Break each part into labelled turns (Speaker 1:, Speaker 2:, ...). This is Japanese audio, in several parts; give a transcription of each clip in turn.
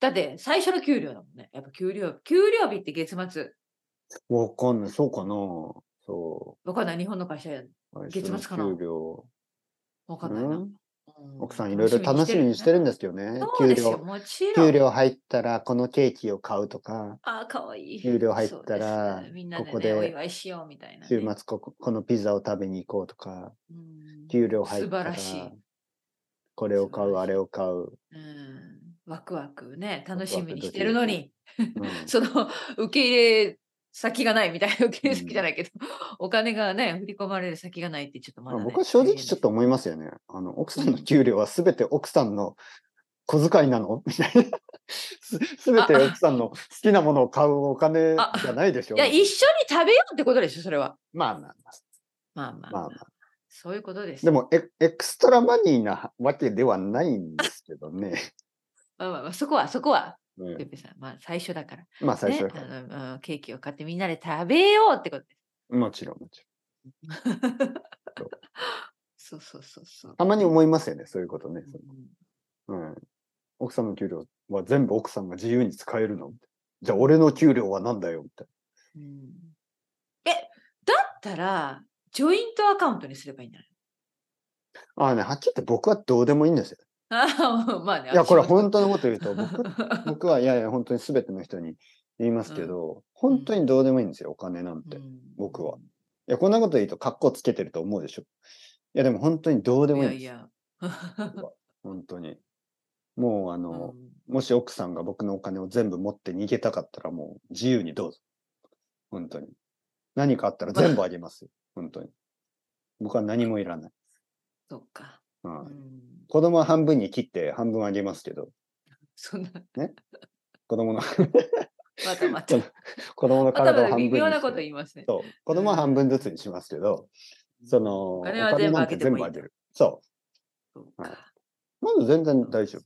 Speaker 1: だって最初の給料だもんね。やっぱ給料、給料日って月末。
Speaker 2: わかんない。そうかなそ
Speaker 1: わかんない。日本の会社や。
Speaker 2: う。
Speaker 1: 月末かな
Speaker 2: 最初の給料。
Speaker 1: わかんないな。
Speaker 2: う
Speaker 1: うん
Speaker 2: ん奥さんいろいろ楽しみにしてるんですよね。
Speaker 1: そう
Speaker 2: 給
Speaker 1: ですよ。
Speaker 2: 料。
Speaker 1: もちろん。
Speaker 2: 給料入ったらこのケーキを買うとか、
Speaker 1: ああ、かわいい。
Speaker 2: 給料入ったら
Speaker 1: そうですみんなで、ね、
Speaker 2: ここで
Speaker 1: お祝いしようみたいなね、
Speaker 2: 週末こここのピザを食べに行こうとか、
Speaker 1: うん
Speaker 2: 給料入っ
Speaker 1: 素
Speaker 2: た
Speaker 1: 晴
Speaker 2: ら
Speaker 1: らしい。
Speaker 2: これを買
Speaker 1: 素晴
Speaker 2: う、
Speaker 1: らしい
Speaker 2: あれを買う。
Speaker 1: うん。ワクワクね、
Speaker 2: ワク
Speaker 1: 楽しみにしてるのに、
Speaker 2: うん
Speaker 1: その受け入れ先がないみたいな、受け入れ先じゃないけ ど、お金がね、振り込まれる先がないってちょっとま
Speaker 2: まあ
Speaker 1: だ、ね。
Speaker 2: 僕は正直ちょっと思いますよね。あの奥さんの給料はすべて奥さんの小遣いなのみたいな。 すすべて
Speaker 1: ああ
Speaker 2: 奥さんの好きなものを買うお金
Speaker 1: あ
Speaker 2: じゃないでしょ
Speaker 1: いや、一緒に食べようってことでしょ、それは。
Speaker 2: まあまあ
Speaker 1: まあ
Speaker 2: ま
Speaker 1: まあ、
Speaker 2: あまあまあ。
Speaker 1: そういうことです。
Speaker 2: で、もエ、エクストラマニーなわけではないん ですけどね。
Speaker 1: まあまあまあ、そこは、そこは、
Speaker 2: うん
Speaker 1: ペペさん、まあ最初だから。
Speaker 2: まあ、最初だ
Speaker 1: ね
Speaker 2: から、
Speaker 1: あのうんケーキを買ってみんなで食べようってことです。
Speaker 2: もちろん、もちろん。う
Speaker 1: そうそうそうそう。
Speaker 2: たまに思いますよね、そういうことね。
Speaker 1: うん
Speaker 2: うん。奥さんの給料は全部奥さんが自由に使えるのみたいなじゃあ、俺の給料は何だよみたい
Speaker 1: うんえ、だったら、ジョイントアカウントにすればいいんじゃない
Speaker 2: な。ああね、はっきり言って僕はどうでもいいんですよ。
Speaker 1: あ あ、まあね。
Speaker 2: いや、これ
Speaker 1: 私も
Speaker 2: 本当のこと言うと、 僕僕は、いやいや、本当に全ての人に言いますけど、本当にどうでもいいんですよ、お金なんて。
Speaker 1: う
Speaker 2: い
Speaker 1: ん
Speaker 2: 僕は。や、こんなこと言うと、格好つけてると思うでしょ。いや、でも本当にどうで
Speaker 1: い
Speaker 2: もいいん
Speaker 1: や
Speaker 2: です
Speaker 1: いや。う
Speaker 2: 本当に。もう、あの、
Speaker 1: ん
Speaker 2: もし奥さんが僕のお金を全部持って逃げたかったら、もう自由にどうぞ。本当に。何かあったら全部あげますよ。本当に。僕は何もいらない。
Speaker 1: そっか。
Speaker 2: う
Speaker 1: うんん
Speaker 2: 子供は半分に切って半分あげますけど、
Speaker 1: そんな、
Speaker 2: 子供の、
Speaker 1: またまた。ま
Speaker 2: 子供の
Speaker 1: たま
Speaker 2: 体を
Speaker 1: た
Speaker 2: 半分
Speaker 1: 微
Speaker 2: にして
Speaker 1: 妙なこと言いますね。
Speaker 2: そう。子供は半分ずつにしますけど、その、
Speaker 1: お
Speaker 2: お
Speaker 1: 金は全部あ
Speaker 2: なん
Speaker 1: げて
Speaker 2: て全
Speaker 1: もいい
Speaker 2: 部あげる。そ
Speaker 1: そう
Speaker 2: はい
Speaker 1: か。
Speaker 2: う。まず全然大丈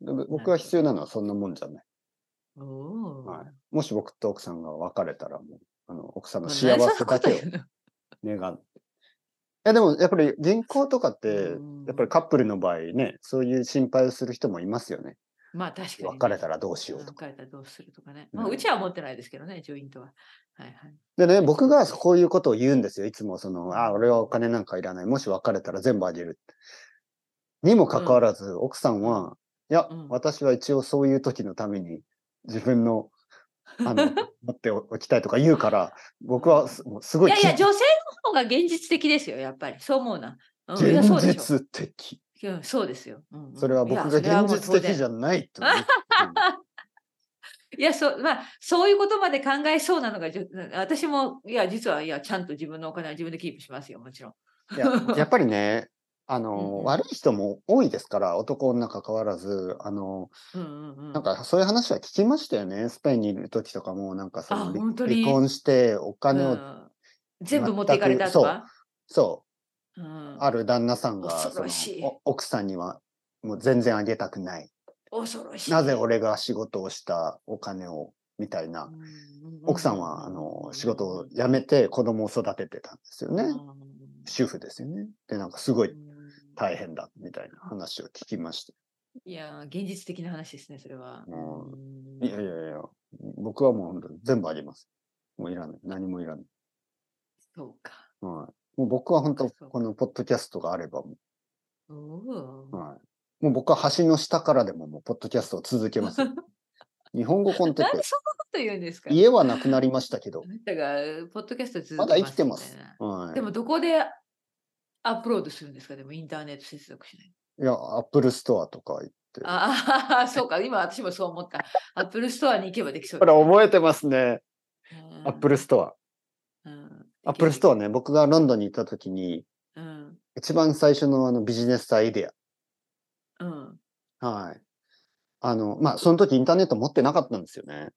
Speaker 2: 夫。で
Speaker 1: ほ
Speaker 2: 僕
Speaker 1: ど
Speaker 2: は必要なのはそんなもんじゃない。
Speaker 1: おお
Speaker 2: は
Speaker 1: ー。
Speaker 2: もし僕と奥さんが別れたら、もう、あの、奥さん
Speaker 1: ま
Speaker 2: の
Speaker 1: あ
Speaker 2: 幸せだけを。願う。えでもやっぱり人口とかって
Speaker 1: うん、
Speaker 2: やっぱりカップルの場合ね、そういう心配をする人もいますよね。
Speaker 1: まあ確かにね。
Speaker 2: 別れたらどうしようとか。
Speaker 1: 別れたらどうするとかね。まあ、
Speaker 2: うん
Speaker 1: うちは持ってないですけどね、ジョイントは。はいはい。
Speaker 2: でね、僕がこういうことを言うんですよ。いつもその、あ、俺はお金なんかいらない。もし別れたら全部あげる。にもかかわらず、奥さんは、いや、
Speaker 1: うん
Speaker 2: 私は一応そういう時のために自分 の、あの、持っておきたいとか言うから、僕はすもうすご
Speaker 1: い
Speaker 2: い
Speaker 1: やいや、女性の方が現実的ですよ、やっぱり。そう思うな。うん、いやそう
Speaker 2: 現
Speaker 1: でしょ
Speaker 2: 実的。
Speaker 1: うんそうですよ。うんうん
Speaker 2: それは僕が現実的じ
Speaker 1: ゃ
Speaker 2: ゃないとね。
Speaker 1: いや、そう、まあ、そういうことまで考えそうなのが、じょ私も、いや、実は、いや、ちゃんと自分のお金は自分でキープしますよ、もちろん。
Speaker 2: いややっぱりね、あの、
Speaker 1: うんうん
Speaker 2: 悪い人も多いですから、男女関わらず、あの、
Speaker 1: うんうんうん。
Speaker 2: なんかそういう話は聞きましたよね。スペインにいる時とかも、なんかそ
Speaker 1: あ
Speaker 2: の離
Speaker 1: 本当に
Speaker 2: 離婚してお
Speaker 1: う
Speaker 2: 金を、
Speaker 1: ん全部持っていかれた
Speaker 2: 全
Speaker 1: と
Speaker 2: く
Speaker 1: か。
Speaker 2: そ
Speaker 1: うん
Speaker 2: う、ある旦那さんが、
Speaker 1: 恐
Speaker 2: そ
Speaker 1: ろ
Speaker 2: の
Speaker 1: しい
Speaker 2: お奥さんにはもう全然あげたくない。
Speaker 1: 恐ろしい。
Speaker 2: なぜ俺が仕事をしたお金を、みたいな
Speaker 1: う。んうんうん
Speaker 2: 奥さんは、あの、仕事を辞めて子供を育ててたんですよね。
Speaker 1: うん
Speaker 2: 主婦ですよね。で、なんかすごい
Speaker 1: うん
Speaker 2: 大変だみたいな話を聞きました。
Speaker 1: いやー、現実的な話ですね、それは。
Speaker 2: うん
Speaker 1: うん
Speaker 2: いやいやいや、僕はもう本当に全部あげます。もういらない。何もいらない。
Speaker 1: そうか。
Speaker 2: はい、もう僕は本
Speaker 1: そうか
Speaker 2: 当、
Speaker 1: そうか
Speaker 2: このポッドキャストがあればも
Speaker 1: おお
Speaker 2: う、。はい、もう僕は橋の下からでももうポッドキャストを続け ますよ。日本語コンテ
Speaker 1: なん
Speaker 2: ッ
Speaker 1: で
Speaker 2: ペ、
Speaker 1: そんなこと言うんですか
Speaker 2: 家はなくなりましたけど
Speaker 1: あ、なたが、ポッドキャストずっと
Speaker 2: まだ生きてます
Speaker 1: みたいな。
Speaker 2: はい、
Speaker 1: でも、どこでアップロードするんですかでも、インターネット接続しない。
Speaker 2: いや、アップルストアとか行って。
Speaker 1: ああ、 そうか。今、私もそう思った。アップルストアに行けばできそう
Speaker 2: これ覚えてますね。ア
Speaker 1: ア
Speaker 2: ップルストア。アップルストアね、僕がロンドンに行った時に、
Speaker 1: ア。うん。
Speaker 2: 一番最初のあのビジネスアイデア。
Speaker 1: うん。
Speaker 2: はい。あの、まあ、その時インターネット持ってなかったんですよね。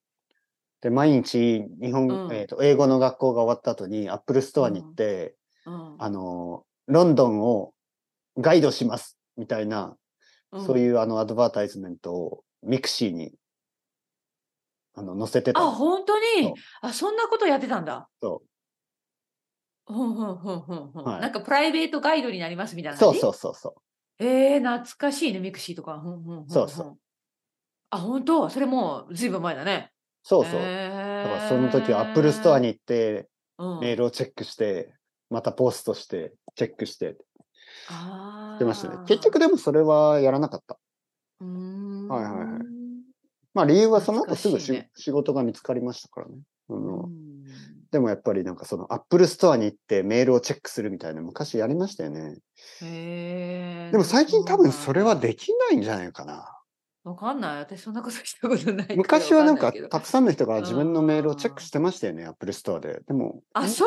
Speaker 2: で、毎日、日本、
Speaker 1: うん
Speaker 2: えっ、と、英語の学校が終わった後に、アップルストアに行って、
Speaker 1: うん
Speaker 2: あの、ロンドンをガイドします、みたいな、そう
Speaker 1: うん。
Speaker 2: いうあの、アドバータイズメントをミクシーに、あの、載せてたん
Speaker 1: あ、
Speaker 2: です。
Speaker 1: 本当
Speaker 2: そ
Speaker 1: に
Speaker 2: う
Speaker 1: あ、そんなことやってたんだ。
Speaker 2: そ
Speaker 1: ほんほんほんほんほん。
Speaker 2: はい
Speaker 1: なんか、プライベートガイドになりますみたいな
Speaker 2: そ
Speaker 1: 感
Speaker 2: う
Speaker 1: じ。
Speaker 2: そうそうそ
Speaker 1: えー、懐かしいね、ミクシーとか。ふんふんふんふん
Speaker 2: そうそ
Speaker 1: あ、本当それもうずいぶん前だね。
Speaker 2: そうそう。だ
Speaker 1: だ
Speaker 2: からその時アップルストアに行って、
Speaker 1: うん
Speaker 2: メールをチェックして、またポストして、チェックして、
Speaker 1: あ
Speaker 2: してましたね
Speaker 1: ー。
Speaker 2: 結局、でもそれはやらなかった。
Speaker 1: うーん
Speaker 2: はいはいはいまあ理由はその後すぐ
Speaker 1: 懐かしい
Speaker 2: し、
Speaker 1: ね
Speaker 2: 仕事が見つかりましたからね。あ
Speaker 1: う
Speaker 2: の
Speaker 1: ん
Speaker 2: でもやっぱりなんかそのアップルストアに行ってメールをチェックするみたいな昔やりましたよね。
Speaker 1: へー
Speaker 2: でも最近多分それは
Speaker 1: そうなんだ
Speaker 2: できないんじゃないかな。
Speaker 1: わかんない。私そんなことしたことないら
Speaker 2: 昔はなん
Speaker 1: わ
Speaker 2: か
Speaker 1: いけど
Speaker 2: たくさんの人が自分のメールをチェックしてましたよね、アップルストアで。でも、
Speaker 1: あ、そ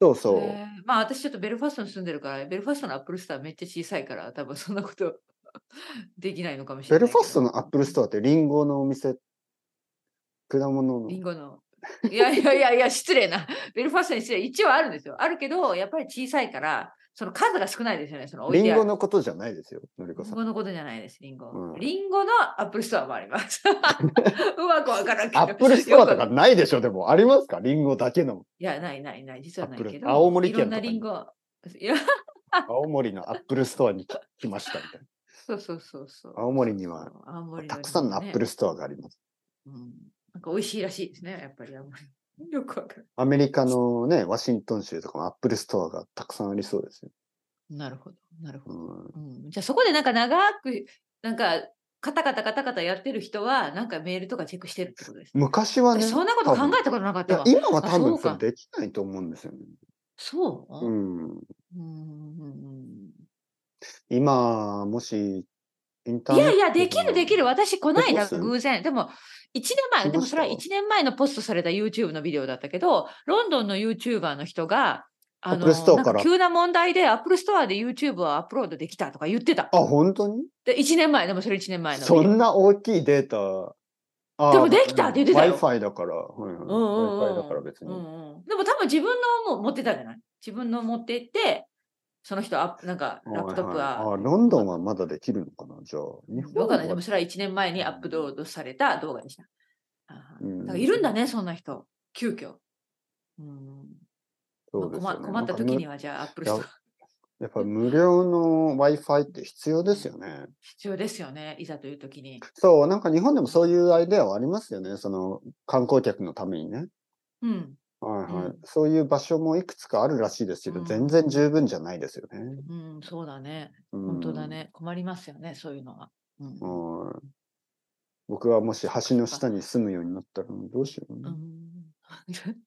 Speaker 1: う
Speaker 2: そうそう。
Speaker 1: へーまあ私ちょっとベルファストに住んでるから、ベルファストのアップルストアめっちゃ小さいから、多分そんなこと できないのかもしれな
Speaker 2: ベル
Speaker 1: いけど。
Speaker 2: ファストのアップルストアってリンゴのお店、果物の
Speaker 1: リ。ンゴの。いやいやいやいや、失礼な。ベルファストに失礼。一応あるんですよ。あるけど、やっぱり小さいから、その数が少ないですよね。その置い
Speaker 2: リ
Speaker 1: て
Speaker 2: ン
Speaker 1: ある
Speaker 2: ゴのことじゃないですよ、のりこ
Speaker 1: リン
Speaker 2: さん。
Speaker 1: ゴのことじゃないです、リンゴ。
Speaker 2: うん
Speaker 1: リンゴのアップルストアもあります。 うまくわからんけど。
Speaker 2: アップルストアと
Speaker 1: よ
Speaker 2: か
Speaker 1: く
Speaker 2: ないでしょ、でも。ありますかリンゴだけの。
Speaker 1: いや、ないないない、実はない
Speaker 2: アップル
Speaker 1: けど。
Speaker 2: 青森県
Speaker 1: いろんな
Speaker 2: とかに
Speaker 1: リンゴ。いや、
Speaker 2: 青森のアップルストアに来来ましたみたい
Speaker 1: そうそうそうそう。
Speaker 2: 青森には
Speaker 1: そう、青森
Speaker 2: な。たくさんのアップル
Speaker 1: ス
Speaker 2: ストアがあります。
Speaker 1: トア、うん。なんか美味しいらしいですね、やっぱり青森。 よくわかる。
Speaker 2: アメリカのね、ワシントン州とかもアップルストアがたくさんありそうですよ。
Speaker 1: なるほど、なるほど。
Speaker 2: うん、
Speaker 1: うん、じゃあそこでなんか長く、なんか、カタカタカタカタやってる人は、なんかメールとかチェックしてるってことですね。
Speaker 2: 昔はね、
Speaker 1: そんなこと考えたことなかっ
Speaker 2: い
Speaker 1: た
Speaker 2: や
Speaker 1: わ。
Speaker 2: 今は多
Speaker 1: あそ
Speaker 2: 分
Speaker 1: う
Speaker 2: そ
Speaker 1: か
Speaker 2: れできないと思うんですよね。
Speaker 1: そう、
Speaker 2: う
Speaker 1: うん
Speaker 2: ん、
Speaker 1: うんうん
Speaker 2: 今、もし、インタ
Speaker 1: う
Speaker 2: ー
Speaker 1: ん、い
Speaker 2: ネット
Speaker 1: やいや、できるできる。私、こないだ
Speaker 2: どうする
Speaker 1: 偶然。でも、1年
Speaker 2: ど
Speaker 1: 前、
Speaker 2: う
Speaker 1: でもそれは
Speaker 2: した
Speaker 1: 1年前のポストされた YouTube のビデオだったけど、ロンドンの YouTuber の人が、あの
Speaker 2: Apple Store
Speaker 1: なんか
Speaker 2: から
Speaker 1: 急な問題で Apple Store で YouTube をアップロードできたとか言ってた。
Speaker 2: あ、本当に
Speaker 1: で1年前、でもそれ1年前のビデオ。
Speaker 2: そんな大きいデータ。あ
Speaker 1: でもできたって言ってたよ
Speaker 2: Wi-Fi だから。はいはい
Speaker 1: うんうんうん
Speaker 2: Wi-Fi だから別
Speaker 1: う
Speaker 2: に。
Speaker 1: んうんでも多分自分のも持ってたんじゃない自分の持って行って、その人アップ、なんかラップトップ
Speaker 2: はい
Speaker 1: は。
Speaker 2: はいあ、ロンドンはまだできるのかなじゃあ。日
Speaker 1: わ
Speaker 2: 本
Speaker 1: か
Speaker 2: は
Speaker 1: んない。でもそれは1年前にアップロードされた動画でした。あ
Speaker 2: うん
Speaker 1: ーだからいるんだね、そんな人。急遽。うん
Speaker 2: そうですよね
Speaker 1: まあ困困った時にはじゃあアップルス
Speaker 2: い
Speaker 1: ト
Speaker 2: や
Speaker 1: ア
Speaker 2: やっぱ無料の Wi-Fi って必要ですよね。
Speaker 1: 必要ですよね。いざという時に。
Speaker 2: そう、なんか日本でもそういうアイデアはありますよね。その観光客のためにね。
Speaker 1: うん。
Speaker 2: はいはい。
Speaker 1: うん
Speaker 2: そういう場所もいくつかあるらしいですけど、
Speaker 1: うん
Speaker 2: 全然十分じゃないですよね。
Speaker 1: うん、そうだね。
Speaker 2: うん
Speaker 1: 本当だ。ね。困りますよね、そういうのは。うん
Speaker 2: はい僕はもし橋の下に住むようになったらどうしよう、
Speaker 1: う
Speaker 2: ね
Speaker 1: ん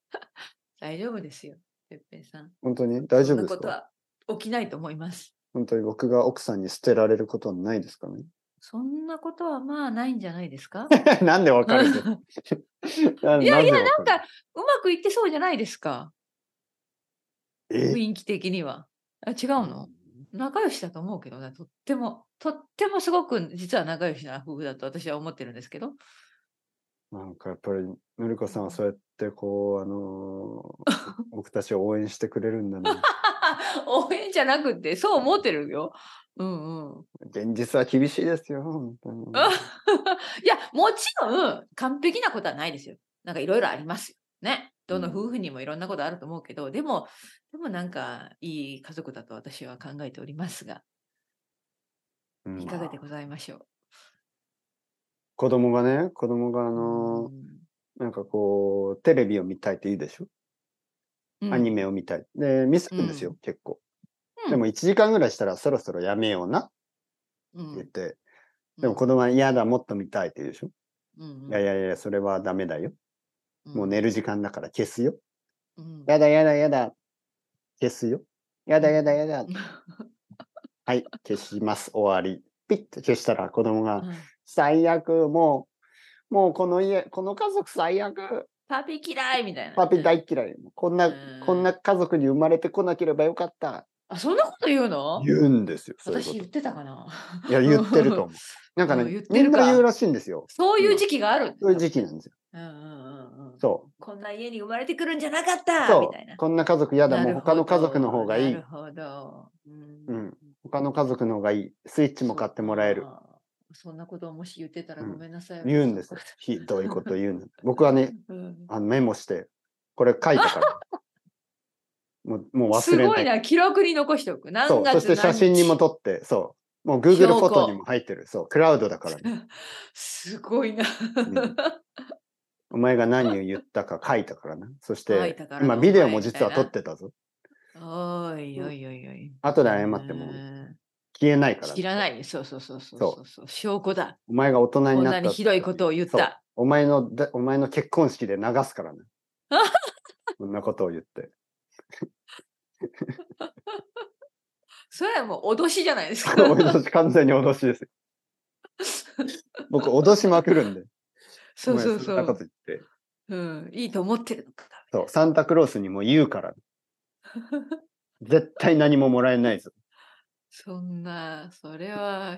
Speaker 1: 大丈夫ですよ、てっぺいさん。
Speaker 2: 本当に大丈夫で
Speaker 1: そんな
Speaker 2: す
Speaker 1: こと
Speaker 2: か
Speaker 1: は起きないと思います。
Speaker 2: 本当に僕が奥さんに捨てられることはないですかね
Speaker 1: そんなことはまあないんじゃないですか
Speaker 2: なんでわかるんですかない
Speaker 1: やいや、
Speaker 2: でわ
Speaker 1: なん
Speaker 2: か
Speaker 1: かうまくいってそうじゃないですか。
Speaker 2: る
Speaker 1: 雰囲気的には。あ違うの仲良しだと思うけどね、とっても、とってもすごく実は仲良しな夫婦だと私は思ってるんですけど。
Speaker 2: なんかやっぱりのりこさんはそうやってこう あのー僕たちを応援してくれるんだね
Speaker 1: 応援じゃなくて、そう思ってるよ。うんうん。
Speaker 2: 現実は厳しいですよ本当に
Speaker 1: いや、もちろん完璧なことはないですよ。なんかいろいろありますよ。ね。どの
Speaker 2: うん
Speaker 1: 夫婦にもいろんなことあると思うけど、でも、でもなんかいい家族だと私は考えておりますが、
Speaker 2: うん
Speaker 1: いかがでございましょう。
Speaker 2: 子供がね子供があ
Speaker 1: あ
Speaker 2: のーなんかこうテレビを見たいって言うでしょ、アニメを見たいで見せるんですよ、
Speaker 1: う
Speaker 2: 結構
Speaker 1: うん
Speaker 2: でも1時間ぐらいしたらそろそろやめようなって言って、でも子供は嫌だ、もっと見たいって言うでしょ。いやいやいや、それはダメだよ。もう寝る時間だから消すよ。
Speaker 1: うん。
Speaker 2: やだやだやだ。消すよ。やだやだやだ
Speaker 1: う。ん
Speaker 2: はい、消します。終わり。ピッと消したら子供が、
Speaker 1: うん
Speaker 2: 最悪、もう、もうこの家、この家族最悪。
Speaker 1: パピ嫌いみたいな。
Speaker 2: パピ大嫌い。こんな、こんな家族に生まれてこなければよかった。
Speaker 1: あ、そんなこと言うの
Speaker 2: 言うんですよ。そういう
Speaker 1: 私
Speaker 2: こ
Speaker 1: 言ってたかな。
Speaker 2: と。いや、言ってると思う。 なんか
Speaker 1: うん言っ
Speaker 2: ね、み
Speaker 1: て
Speaker 2: ん
Speaker 1: るか
Speaker 2: な言うらしいんですよ。
Speaker 1: そういう時期があるんだ。
Speaker 2: そういう時期なんですよ。
Speaker 1: うんうんうんうん。
Speaker 2: そう。
Speaker 1: こんな家に生まれてくるんじゃなかった
Speaker 2: そ
Speaker 1: みたいな
Speaker 2: う。。こんな家族嫌だ。もう他の家族の方がいい
Speaker 1: なる。ほど。う
Speaker 2: うん。他の家族の方がいい。スイッチも買ってもらえる。。
Speaker 1: そんなことをもし言ってたら
Speaker 2: うん
Speaker 1: ごめんなさい。
Speaker 2: 言うんですよ。ひどいこと言うの。僕はね、
Speaker 1: うん
Speaker 2: あのメモして、これ書いた から。もうもう
Speaker 1: す
Speaker 2: 忘れ
Speaker 1: ご
Speaker 2: ないい。
Speaker 1: な、記録に残しておく。
Speaker 2: そ
Speaker 1: 何
Speaker 2: う。
Speaker 1: 月
Speaker 2: そして写真にも
Speaker 1: と
Speaker 2: 撮って、そもう Google フォトにも入ってる。そう、クラウドだからね、
Speaker 1: すごいな。
Speaker 2: んお前が何を言ったか書いたからな。そし
Speaker 1: 書い
Speaker 2: て
Speaker 1: たから、な
Speaker 2: 今ビデオも実は撮ってたぞ。
Speaker 1: おいおいおいおい。
Speaker 2: 後で謝っても
Speaker 1: うん
Speaker 2: 消えないから、
Speaker 1: 知らない。そうそうそうそう
Speaker 2: そう
Speaker 1: そうそう。証拠だ。
Speaker 2: お前が大人になっ
Speaker 1: こ
Speaker 2: た
Speaker 1: んなにひどいことを言っ
Speaker 2: そう
Speaker 1: た。
Speaker 2: お前のだ、お前の結婚式で流すから ね。こんなことを言って。
Speaker 1: それはもう脅しじゃないですか。
Speaker 2: 脅し、完全に脅しですよ。僕、脅しまくるんで。
Speaker 1: そうそうそ
Speaker 2: お前んなこ
Speaker 1: う。
Speaker 2: と言って。
Speaker 1: うん、いいと思ってるのか。
Speaker 2: そう、サンタクロースにも言うから。絶対何ももらえないぞ。
Speaker 1: そんな、それは、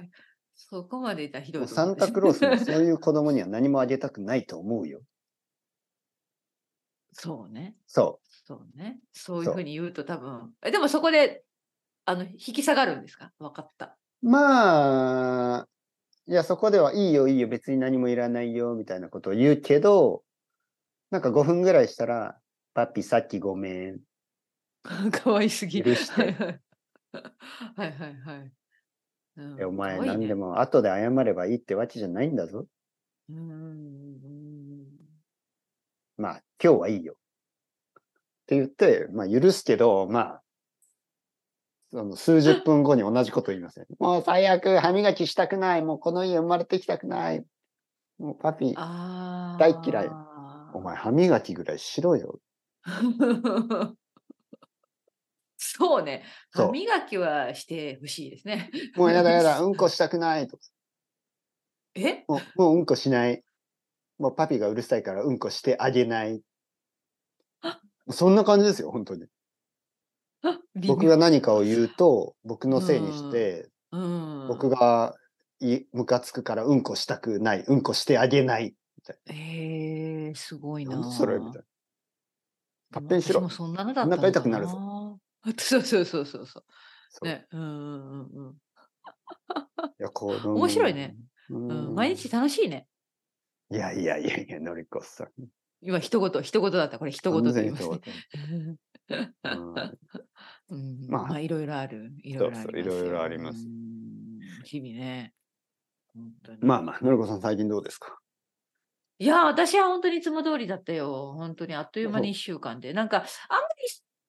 Speaker 1: そこまでいたらひどい
Speaker 2: もう
Speaker 1: と思
Speaker 2: サ
Speaker 1: うん
Speaker 2: ン
Speaker 1: です
Speaker 2: タクロースもそういう子供には何もあげたくないと思うよ。
Speaker 1: そうね。
Speaker 2: そ
Speaker 1: そうね。そうい
Speaker 2: そうう
Speaker 1: ふうに言うと多分。えでもそこで、あの、引き下がるんですか分かった。
Speaker 2: う。まあ、いや、そこではいいよ、いいよ、別に何もいらないよ、みたいなことを言うけど、なんか5分ぐらいしたら、パピ、さっきごめん。
Speaker 1: かわいすぎ
Speaker 2: 許して
Speaker 1: はいはいはいはいはい。うん
Speaker 2: えお前、
Speaker 1: 可愛いね
Speaker 2: 何でも後で謝ればいいってわけじゃないんだぞ。
Speaker 1: うんうん
Speaker 2: まあ、今日はいいよ。って言って、まあ、許すけど、まあ、その数十分後に同じこと言いますよね。もう最悪、歯磨きしたくない。もうこの家生まれてきたくない。もうパピ、
Speaker 1: ああ。
Speaker 2: 大嫌いお前歯磨きぐらいしろよ。
Speaker 1: そうね。
Speaker 2: そう
Speaker 1: 歯磨きはしてほしいですね。
Speaker 2: もうやだやだ、うんこしたくないとか。
Speaker 1: え
Speaker 2: もうもううんこしない。もうパピがうるさいからうんこしてあげない。そんな感じですよ、本当に。
Speaker 1: 微
Speaker 2: 僕
Speaker 1: 妙
Speaker 2: が何かを言うと、僕のせいにして、
Speaker 1: うん、
Speaker 2: 僕がいムカつくからうんこしたくない、うんこしてあげない。
Speaker 1: えー、すごいな
Speaker 2: なん
Speaker 1: あ。
Speaker 2: それみ
Speaker 1: で
Speaker 2: たいな。
Speaker 1: も
Speaker 2: 勝手にしろ
Speaker 1: 私もそんなのだっ
Speaker 2: お
Speaker 1: た
Speaker 2: 腹
Speaker 1: の
Speaker 2: 痛
Speaker 1: か
Speaker 2: くな
Speaker 1: な
Speaker 2: るぞ
Speaker 1: あ そうそうそうそうそ。
Speaker 2: そうう
Speaker 1: ね、うんうんうん
Speaker 2: いやこう
Speaker 1: 面白いね。
Speaker 2: う
Speaker 1: うん、うんん。毎。日楽しいね。
Speaker 2: いやいやいやいや、のりこさん。
Speaker 1: 今、一言、一言だった。これ、一言と言いますね
Speaker 2: 完。全にそううん
Speaker 1: うん
Speaker 2: まあ
Speaker 1: まあ、いろいろある。いろいろあ
Speaker 2: そう
Speaker 1: りますよ。
Speaker 2: いろいろあります
Speaker 1: うん。日々ね。本当に
Speaker 2: まあまあ、のりこさん最近どうですか
Speaker 1: いやー、私は本当にいつも通りだったよ。本当にあっという間に1週間で。なんか、あんま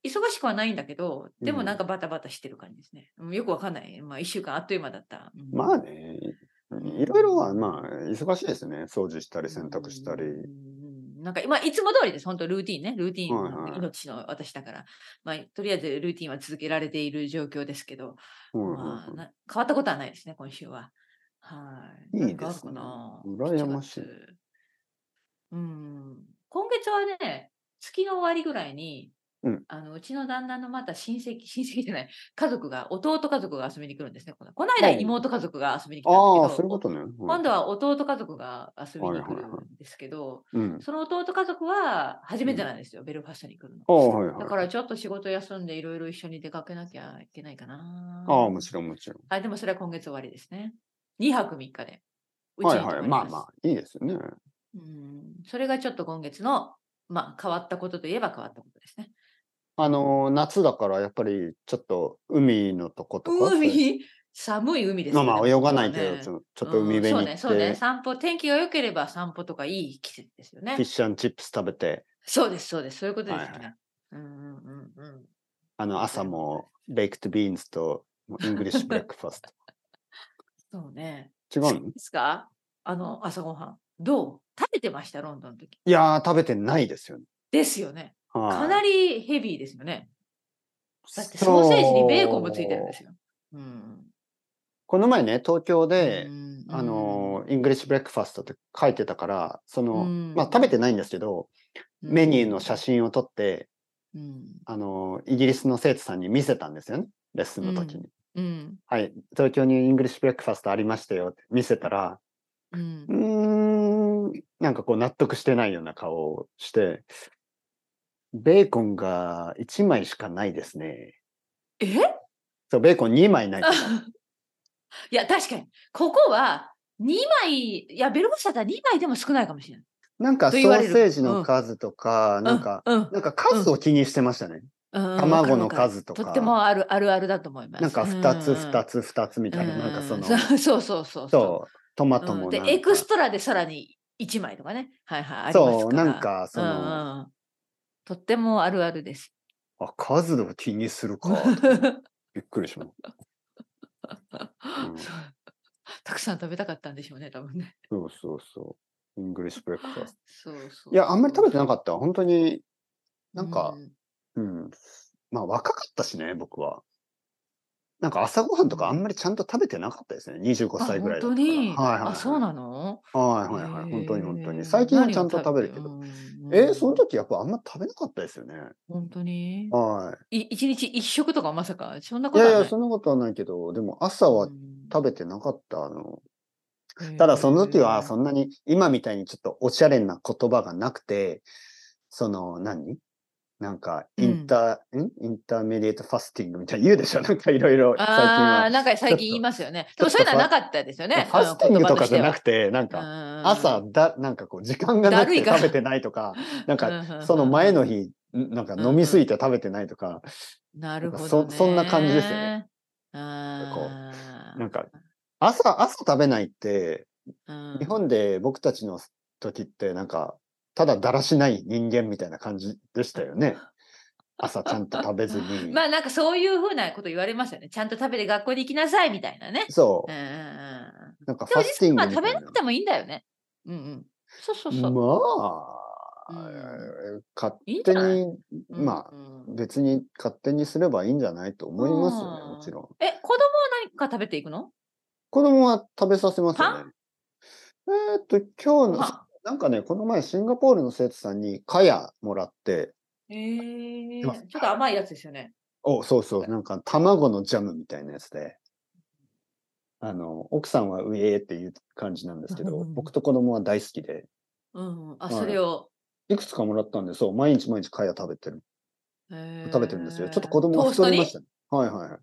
Speaker 1: り忙しくはないんだけど、でもなんかバタバタしてる感じですね。うんよくわかんない。まあ、1週間あっという間だった。うん
Speaker 2: まあね、いろいろはまあ、忙しいですね。掃除したり、洗濯したり
Speaker 1: う。んなんか、まあ、いつも通りです。本当、ルーティンね。ルーティン、
Speaker 2: はいはい
Speaker 1: 命の私だから。まあ、とりあえずルーティンは続けられている状況ですけど、
Speaker 2: うん
Speaker 1: まあ、な変わったことはないですね、今週は。はい。
Speaker 2: いい
Speaker 1: なんかある
Speaker 2: ですね
Speaker 1: かな
Speaker 2: 羨ましい
Speaker 1: 7月うん。今月はね、月の終わりぐらいに、
Speaker 2: うん
Speaker 1: あのうちの旦那のまた親戚、 親戚じゃない、家族が、弟家族が遊びに来るんですね。このこの間、
Speaker 2: はい
Speaker 1: 妹家族が遊びに来たん
Speaker 2: ああ、
Speaker 1: です
Speaker 2: そ
Speaker 1: け
Speaker 2: ういう
Speaker 1: ど、
Speaker 2: ことね。うん
Speaker 1: 今度は弟家族が遊びに
Speaker 2: はい
Speaker 1: 来
Speaker 2: はい
Speaker 1: る
Speaker 2: はい
Speaker 1: んですけど、
Speaker 2: うん。
Speaker 1: その弟家族は初めてなんですよ、ベルファストに来るの。
Speaker 2: ああ、はいはい。
Speaker 1: だからちょっと仕事休んでいろいろ一緒に出かけなきゃいけないかな。
Speaker 2: ああ、もちろんもちろん。
Speaker 1: あ、でもそれは今月終わりですね。2泊3日で。うち
Speaker 2: は
Speaker 1: に
Speaker 2: い
Speaker 1: 泊ま
Speaker 2: はい。
Speaker 1: り
Speaker 2: まあ
Speaker 1: す
Speaker 2: まあ、いいですよね。
Speaker 1: うん。それがちょっと今月の、まあ、変わったことといえば変わったことですね。
Speaker 2: あの、夏だから、やっぱり、ちょっと、海のとことか。
Speaker 1: 海寒い海です
Speaker 2: まあ
Speaker 1: よ
Speaker 2: まあ、泳がないけ
Speaker 1: で
Speaker 2: ど、
Speaker 1: も
Speaker 2: ち
Speaker 1: こ
Speaker 2: ょちょっと海辺に
Speaker 1: こは
Speaker 2: 行
Speaker 1: ねうん
Speaker 2: って、
Speaker 1: そうね、そうね。散歩、天気が良ければ散歩とかいい季節ですよね
Speaker 2: フィッ。シュチップス食べて、
Speaker 1: そうです、そうです。そういうことですね。
Speaker 2: はいは
Speaker 1: うんうんうんうん。
Speaker 2: あの、朝も、ベイクトビーンズと、もうイングリッシュブレックフ ァス
Speaker 1: そうね。
Speaker 2: ト。違うの
Speaker 1: 好きですかあの、朝ごはん。どう食べてました、ロンドンの時。
Speaker 2: いやー、食べてないですよね。
Speaker 1: ですよね。
Speaker 2: はい
Speaker 1: かなりヘビーですよね。だってソーセージにベーコンもついてるんです
Speaker 2: そう
Speaker 1: よ。うん、
Speaker 2: この前ね、東京で
Speaker 1: う、ん
Speaker 2: あのー、イングリッシュブレックファストって書いてたから、その、
Speaker 1: うん
Speaker 2: まあ食べてないんですけど、メニューの写、真を撮って、
Speaker 1: うん
Speaker 2: あのー、イギリスの生徒さんに見せたんですよね。レッスンの時に。
Speaker 1: うん
Speaker 2: はい、東京にイングリッシュブレックファストありましたよって見せたら、
Speaker 1: うん
Speaker 2: う、ーん、なんかこう納得してないような顔をして、ベーコンが1枚しかないですね。
Speaker 1: え
Speaker 2: そう、ベーコン2枚ないと。
Speaker 1: いや確かにここは2枚いやベルゴスタだったら2枚でも少ないかもしれない。
Speaker 2: なんか
Speaker 1: と
Speaker 2: ソ
Speaker 1: 言われ
Speaker 2: ー
Speaker 1: る
Speaker 2: セージの数とか、なんか、
Speaker 1: うん
Speaker 2: なんか数を気にしてましたね。
Speaker 1: うん
Speaker 2: 卵の数とか
Speaker 1: とってもあるあるあるだと思います。
Speaker 2: なんか2つ2
Speaker 1: つ
Speaker 2: つ2つみたいな、なんかその、
Speaker 1: そうそうそうう
Speaker 2: そう、トマト
Speaker 1: うん
Speaker 2: も
Speaker 1: で
Speaker 2: なんか
Speaker 1: エクストラでさらに1枚とかねはいはいありますから
Speaker 2: そう、なんかその、
Speaker 1: うんうんとってもあるあるです。。
Speaker 2: あ、数を気にするか。びっくりしましたうん
Speaker 1: たくさん食べたかったんでしょうね多分ね。
Speaker 2: そうそうそう。イングリッシュブレックファース
Speaker 1: そうそう
Speaker 2: ト。いや、あんまり食べてな
Speaker 1: かっ
Speaker 2: かった。本当に、
Speaker 1: た
Speaker 2: なんか、うん。まあ、若かったしね、僕は。なんか朝ごはんとかあんまりちゃんと食べてなかったですね。25歳ぐらいだっ
Speaker 1: 本当
Speaker 2: たから。
Speaker 1: に、
Speaker 2: はいはいはい。
Speaker 1: あそうなの
Speaker 2: はいはいはい。本当に本当
Speaker 1: へ
Speaker 2: に。
Speaker 1: ー
Speaker 2: 最近はちゃんと食べるけ
Speaker 1: 何
Speaker 2: ど。
Speaker 1: を食べてうん
Speaker 2: えーその時やっぱあんま食べなかったですよね。
Speaker 1: 本当に
Speaker 2: はい
Speaker 1: 一日一食とかまさかそんなこ
Speaker 2: い。い
Speaker 1: とは
Speaker 2: や
Speaker 1: ないい
Speaker 2: や、そんなことはないけど、でも朝は食べてなかった。あの、ただその時はそ
Speaker 1: の
Speaker 2: んなに今みたいにちょっとおしゃれな言葉がなくて、その何なんかインター、んインターメディエートファスティングみたいな言うでしょ なんかいろいろ最近
Speaker 1: ああ
Speaker 2: は。
Speaker 1: ーなんか最近言いますよね
Speaker 2: ち
Speaker 1: で
Speaker 2: ょ
Speaker 1: も
Speaker 2: っと
Speaker 1: そういうのはなかったですよね
Speaker 2: ファスティングとかじゃなく
Speaker 1: て
Speaker 2: て、なんか朝だ、なんかこう時間がなく
Speaker 1: だる
Speaker 2: て
Speaker 1: いから
Speaker 2: 食べてないと か、なんか
Speaker 1: か
Speaker 2: その前の
Speaker 1: 日
Speaker 2: 日、なんか飲みすぎて食べてないとか、
Speaker 1: なるほど、ね、
Speaker 2: そそんな感じですよね
Speaker 1: あー
Speaker 2: なんか朝、朝食べないって、
Speaker 1: うん
Speaker 2: 日本で僕たちの時ってなんか、ただだらしない人間みたいな感じでした よね。朝ちゃんと食べずに。
Speaker 1: まあなんかそういうふうなこと言われますよねちゃんと食べて学校に行きなさいみたいなね
Speaker 2: そ
Speaker 1: うん
Speaker 2: う。
Speaker 1: うんうん
Speaker 2: なんかフ
Speaker 1: でも
Speaker 2: ァスティ
Speaker 1: 実
Speaker 2: ン
Speaker 1: はまあ
Speaker 2: グみ
Speaker 1: 食べ
Speaker 2: たい
Speaker 1: な
Speaker 2: な
Speaker 1: く。てもいいんだよね。うんうん。そうそうそう。
Speaker 2: まあ、
Speaker 1: う
Speaker 2: 勝
Speaker 1: いいんじ
Speaker 2: 手
Speaker 1: ゃない
Speaker 2: に、
Speaker 1: うん
Speaker 2: まあ、
Speaker 1: うん
Speaker 2: 別に勝手にすればいいんじゃないと思いますよ
Speaker 1: う
Speaker 2: ね、
Speaker 1: ん
Speaker 2: もちろん。
Speaker 1: え、子供は何か食べていくの
Speaker 2: 子供は食べさせますよね。えーっと、今日の、
Speaker 1: あ
Speaker 2: なんかね、この前シンガポールの生徒さんにカヤもらって、
Speaker 1: えー、ち
Speaker 2: ま
Speaker 1: ょ
Speaker 2: す
Speaker 1: っと甘いやつですよね。
Speaker 2: お、そうそう、なんか卵のジャムみたいなやつで、あの、奥さんはうえーっていう感じなんですけど、僕と子供は大好きで、
Speaker 1: うんうん。あ、
Speaker 2: はい
Speaker 1: それを。
Speaker 2: いくつかもらったんで、そう、毎日毎日カヤ食べてる、食べてるんですよ。ちょっと子供
Speaker 1: は。
Speaker 2: は太りましたたね。はいはいはい。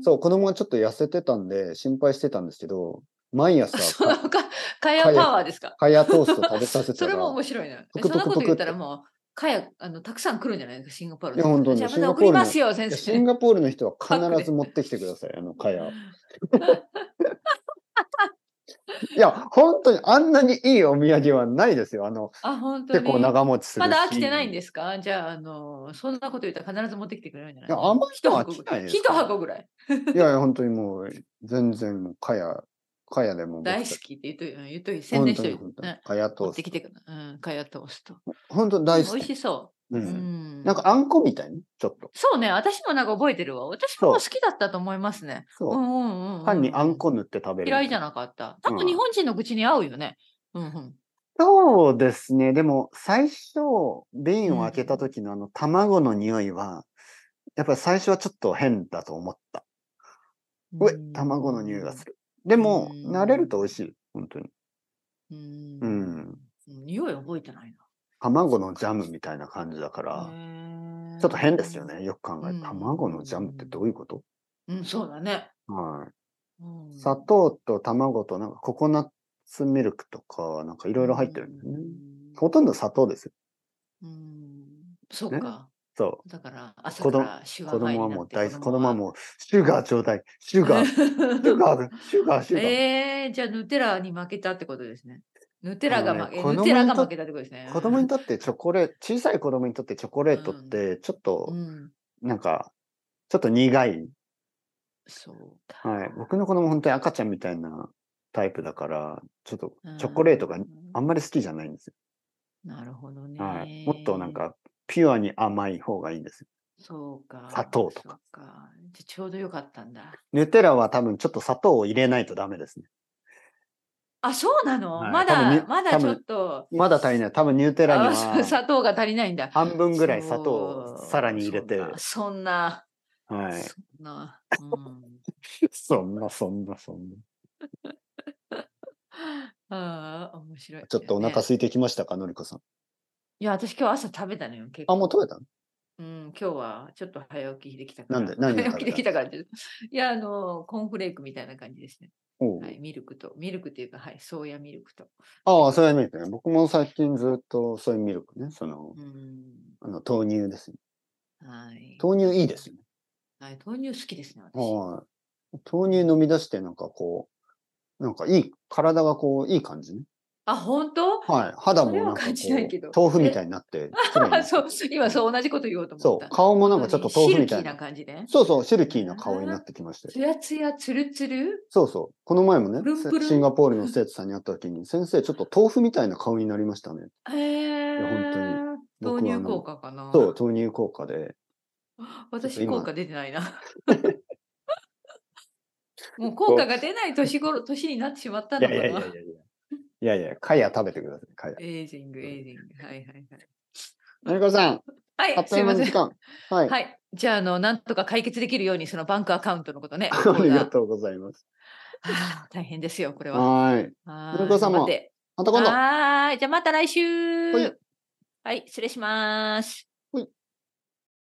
Speaker 1: そ
Speaker 2: そう、子供はちょっと痩せてたんで、心配してたんですけど、毎朝
Speaker 1: うん。 その
Speaker 2: か、
Speaker 1: か、かやパワーですか。
Speaker 2: カヤトースト食べさせた
Speaker 1: それ
Speaker 2: ら、
Speaker 1: も面白いな。
Speaker 2: ト
Speaker 1: え
Speaker 2: ク
Speaker 1: そ
Speaker 2: ト
Speaker 1: ん
Speaker 2: ク
Speaker 1: なこ
Speaker 2: トク
Speaker 1: と言ったらもう、かや、あの、たくさん来るんじゃないですか、シンガポール
Speaker 2: いや本当に
Speaker 1: じゃあま
Speaker 2: シン
Speaker 1: た
Speaker 2: ガ
Speaker 1: 送
Speaker 2: ポール
Speaker 1: り
Speaker 2: の
Speaker 1: ますよ、先
Speaker 2: いやシ
Speaker 1: 生。
Speaker 2: ンガポールの人
Speaker 1: パッ
Speaker 2: は
Speaker 1: ク
Speaker 2: 必
Speaker 1: で
Speaker 2: ず持ってきてください、あの カヤ。いや、本当にあんなにいいお土産はないですよ。あの、
Speaker 1: あ、本当
Speaker 2: 結
Speaker 1: に。
Speaker 2: 構長持ちす
Speaker 1: ま
Speaker 2: るし。
Speaker 1: だ飽きてないんですかじゃあ、あの、そんなこと言ったら必ず持ってきてくれるんじゃない
Speaker 2: いやあんまり
Speaker 1: 一
Speaker 2: 飽
Speaker 1: 箱
Speaker 2: き
Speaker 1: ぐ
Speaker 2: な
Speaker 1: ら
Speaker 2: い
Speaker 1: い。
Speaker 2: です
Speaker 1: 一箱ぐらい。
Speaker 2: いやいや、本当にもう、全然もう、かや、かやでもう僕た
Speaker 1: 大
Speaker 2: ち。
Speaker 1: 好きって言うといて、うん言っといて、宣伝しといて
Speaker 2: 本。当に
Speaker 1: ね
Speaker 2: かや
Speaker 1: 持
Speaker 2: と
Speaker 1: って、きてくれ。うん、かやトースト。
Speaker 2: 本当に大好
Speaker 1: 美味
Speaker 2: き。。
Speaker 1: しそうう。うんん。
Speaker 2: なんか、あんこみたいに、ちょっと。
Speaker 1: そうね、私もなんか覚えてるわ。私も好きだったと思いますね。う
Speaker 2: そう。
Speaker 1: んうんうん。
Speaker 2: パンにあん。こ塗って食べる。
Speaker 1: 嫌いじゃ
Speaker 2: ない
Speaker 1: なかった。多
Speaker 2: う
Speaker 1: 分
Speaker 2: ん
Speaker 1: 日本人の口に合うよね。うんうん。
Speaker 2: そうですね。でも、最初、瓶を開けた時のあの、卵の匂いは、やっぱり最初はちょっと変だと思った。うえ、卵の匂いがす
Speaker 1: る。
Speaker 2: る。でも、
Speaker 1: うん
Speaker 2: 慣れると美味しい。本当に。
Speaker 1: う。
Speaker 2: うんん。
Speaker 1: 匂い覚えてないな。
Speaker 2: 卵のジャムみたいな感じだから、
Speaker 1: へー
Speaker 2: ちょっと変ですよ。ね。よく考え
Speaker 1: う
Speaker 2: て。
Speaker 1: ん
Speaker 2: 卵のジャムってどういうこと
Speaker 1: うん、そうだね。
Speaker 2: は
Speaker 1: うん
Speaker 2: い。砂糖と卵となんかココナッツミルクとか、なんかいろいろ入ってるんですね。ほとんど砂糖ですよ。
Speaker 1: うんうんそう
Speaker 2: ね
Speaker 1: か。
Speaker 2: そ
Speaker 1: だから、朝
Speaker 2: 子
Speaker 1: か
Speaker 2: 供
Speaker 1: らシュ
Speaker 2: う。
Speaker 1: ガ
Speaker 2: 子
Speaker 1: ーハイ
Speaker 2: 供は
Speaker 1: にな
Speaker 2: もう
Speaker 1: って
Speaker 2: 大好き。子供はもう、シュガーちょう だい。シュ
Speaker 1: 子供
Speaker 2: ガ
Speaker 1: は
Speaker 2: ー。シュガー、シュガー、シュガー。
Speaker 1: えー、じゃあ、ヌテラに負けたってことですね。ヌテラが
Speaker 2: あの
Speaker 1: 負
Speaker 2: ね
Speaker 1: け、
Speaker 2: 子供に
Speaker 1: ヌテラが
Speaker 2: とっ
Speaker 1: 負けたってことですね。
Speaker 2: 子供にとってチョコレート、小さい子供にとってチョコレートって、ちょっ
Speaker 1: う
Speaker 2: と、
Speaker 1: ん、
Speaker 2: なんか、ちょっと苦い。
Speaker 1: そうか。
Speaker 2: はい。僕の子供本当に赤ちゃんみたいなタイプだから、ちょっとチョコレートが
Speaker 1: うん
Speaker 2: あんまり好きじゃないんですよ。
Speaker 1: なるほどね。
Speaker 2: はい。もっとなん、か、ピュアに甘い方がいいんですよ。
Speaker 1: そうか。
Speaker 2: 砂糖とか
Speaker 1: そうか。じゃあちょうどよかったんだ。
Speaker 2: ヌテラは多分ちょっと砂糖を入れないとダメですね。
Speaker 1: あ、そうなの、
Speaker 2: はい
Speaker 1: ま
Speaker 2: 多分
Speaker 1: だ
Speaker 2: ね、
Speaker 1: まだ
Speaker 2: 多
Speaker 1: ち
Speaker 2: 分
Speaker 1: ょっと。
Speaker 2: まだ足りない。多分ニューテラに
Speaker 1: あそう
Speaker 2: は
Speaker 1: 砂糖が足りないんだ。
Speaker 2: 半分ぐらい砂糖
Speaker 1: そ
Speaker 2: を
Speaker 1: う
Speaker 2: さらに入れて、
Speaker 1: そんな、
Speaker 2: は
Speaker 1: そん
Speaker 2: い。
Speaker 1: な、そんなうん
Speaker 2: そんなそんなそんな。
Speaker 1: ああ、面白い、
Speaker 2: ちょっとお腹
Speaker 1: ね
Speaker 2: 空いてきましたか、のりこさ
Speaker 1: い
Speaker 2: ん。
Speaker 1: や、私今日朝食べたのよ、結構。
Speaker 2: あ、もう食べたの
Speaker 1: うん、今日はちょっと早起きできたから。
Speaker 2: なんで何を食べた
Speaker 1: 早起きできたからっていう。いや、あの、コーンフレークみたいな感じですね。
Speaker 2: おう
Speaker 1: はい、ミルクと、ミルクっていうか、はい、ソーヤミルクと。
Speaker 2: ああ、ソイミルクね。僕も最近ずっとソイミルクね。その
Speaker 1: う、ん、
Speaker 2: あの豆乳ですね。
Speaker 1: はい。
Speaker 2: 豆乳いいですよね。
Speaker 1: はい、豆乳好きですね、私。
Speaker 2: はい。豆乳飲み出して、なんかこう、なんかいい、体がこう、いい感じね。
Speaker 1: あ、本当
Speaker 2: はい。肌も
Speaker 1: それは
Speaker 2: なんかこ
Speaker 1: 感じないけど
Speaker 2: う、豆腐みたいになって、綺麗にな
Speaker 1: あ
Speaker 2: って
Speaker 1: そう、今そう同じこと言おうと思
Speaker 2: そ
Speaker 1: った。
Speaker 2: う、顔もなんかちょっと豆腐みたい
Speaker 1: シルキーな
Speaker 2: な。
Speaker 1: 感じで。
Speaker 2: そうそう、シルキーな顔になってきまして
Speaker 1: つ。やつや、つるつる。
Speaker 2: そうそう。この前もね
Speaker 1: プルンプルン、
Speaker 2: シンガポールの生徒さんに会った時に、先生、ちょっと豆腐みたいな顔になりましたね。
Speaker 1: えー、
Speaker 2: 僕は
Speaker 1: 豆
Speaker 2: あ
Speaker 1: 乳
Speaker 2: の
Speaker 1: 効果かな。
Speaker 2: そう、豆乳効果で。
Speaker 1: 私、
Speaker 2: 今
Speaker 1: 効果出てないな。 もう効果が出ない年頃、年になってしまった
Speaker 2: い
Speaker 1: の
Speaker 2: や
Speaker 1: かな。
Speaker 2: いやいやいやいや。いやいや、カヤ食べてください、カヤ。
Speaker 1: エイジング、エイジング。はいはい
Speaker 2: のりこさん、
Speaker 1: はい。
Speaker 2: あ
Speaker 1: はい、
Speaker 2: っ
Speaker 1: す
Speaker 2: と
Speaker 1: い
Speaker 2: いう間
Speaker 1: ま
Speaker 2: の
Speaker 1: せ
Speaker 2: 時
Speaker 1: ん。
Speaker 2: 間。はい。あ
Speaker 1: はい。じゃあ、あの、なんとか解決できるように、そのバンクアカウントの ことね。
Speaker 2: りが
Speaker 1: う。
Speaker 2: とうございます。
Speaker 1: はあ大変ですよ、これは。
Speaker 2: はーい。
Speaker 1: は
Speaker 2: 古川さんも
Speaker 1: 頑張って
Speaker 2: また今度。
Speaker 1: はーい。じゃあまた来
Speaker 2: は
Speaker 1: 週。
Speaker 2: い
Speaker 1: はい、失礼します。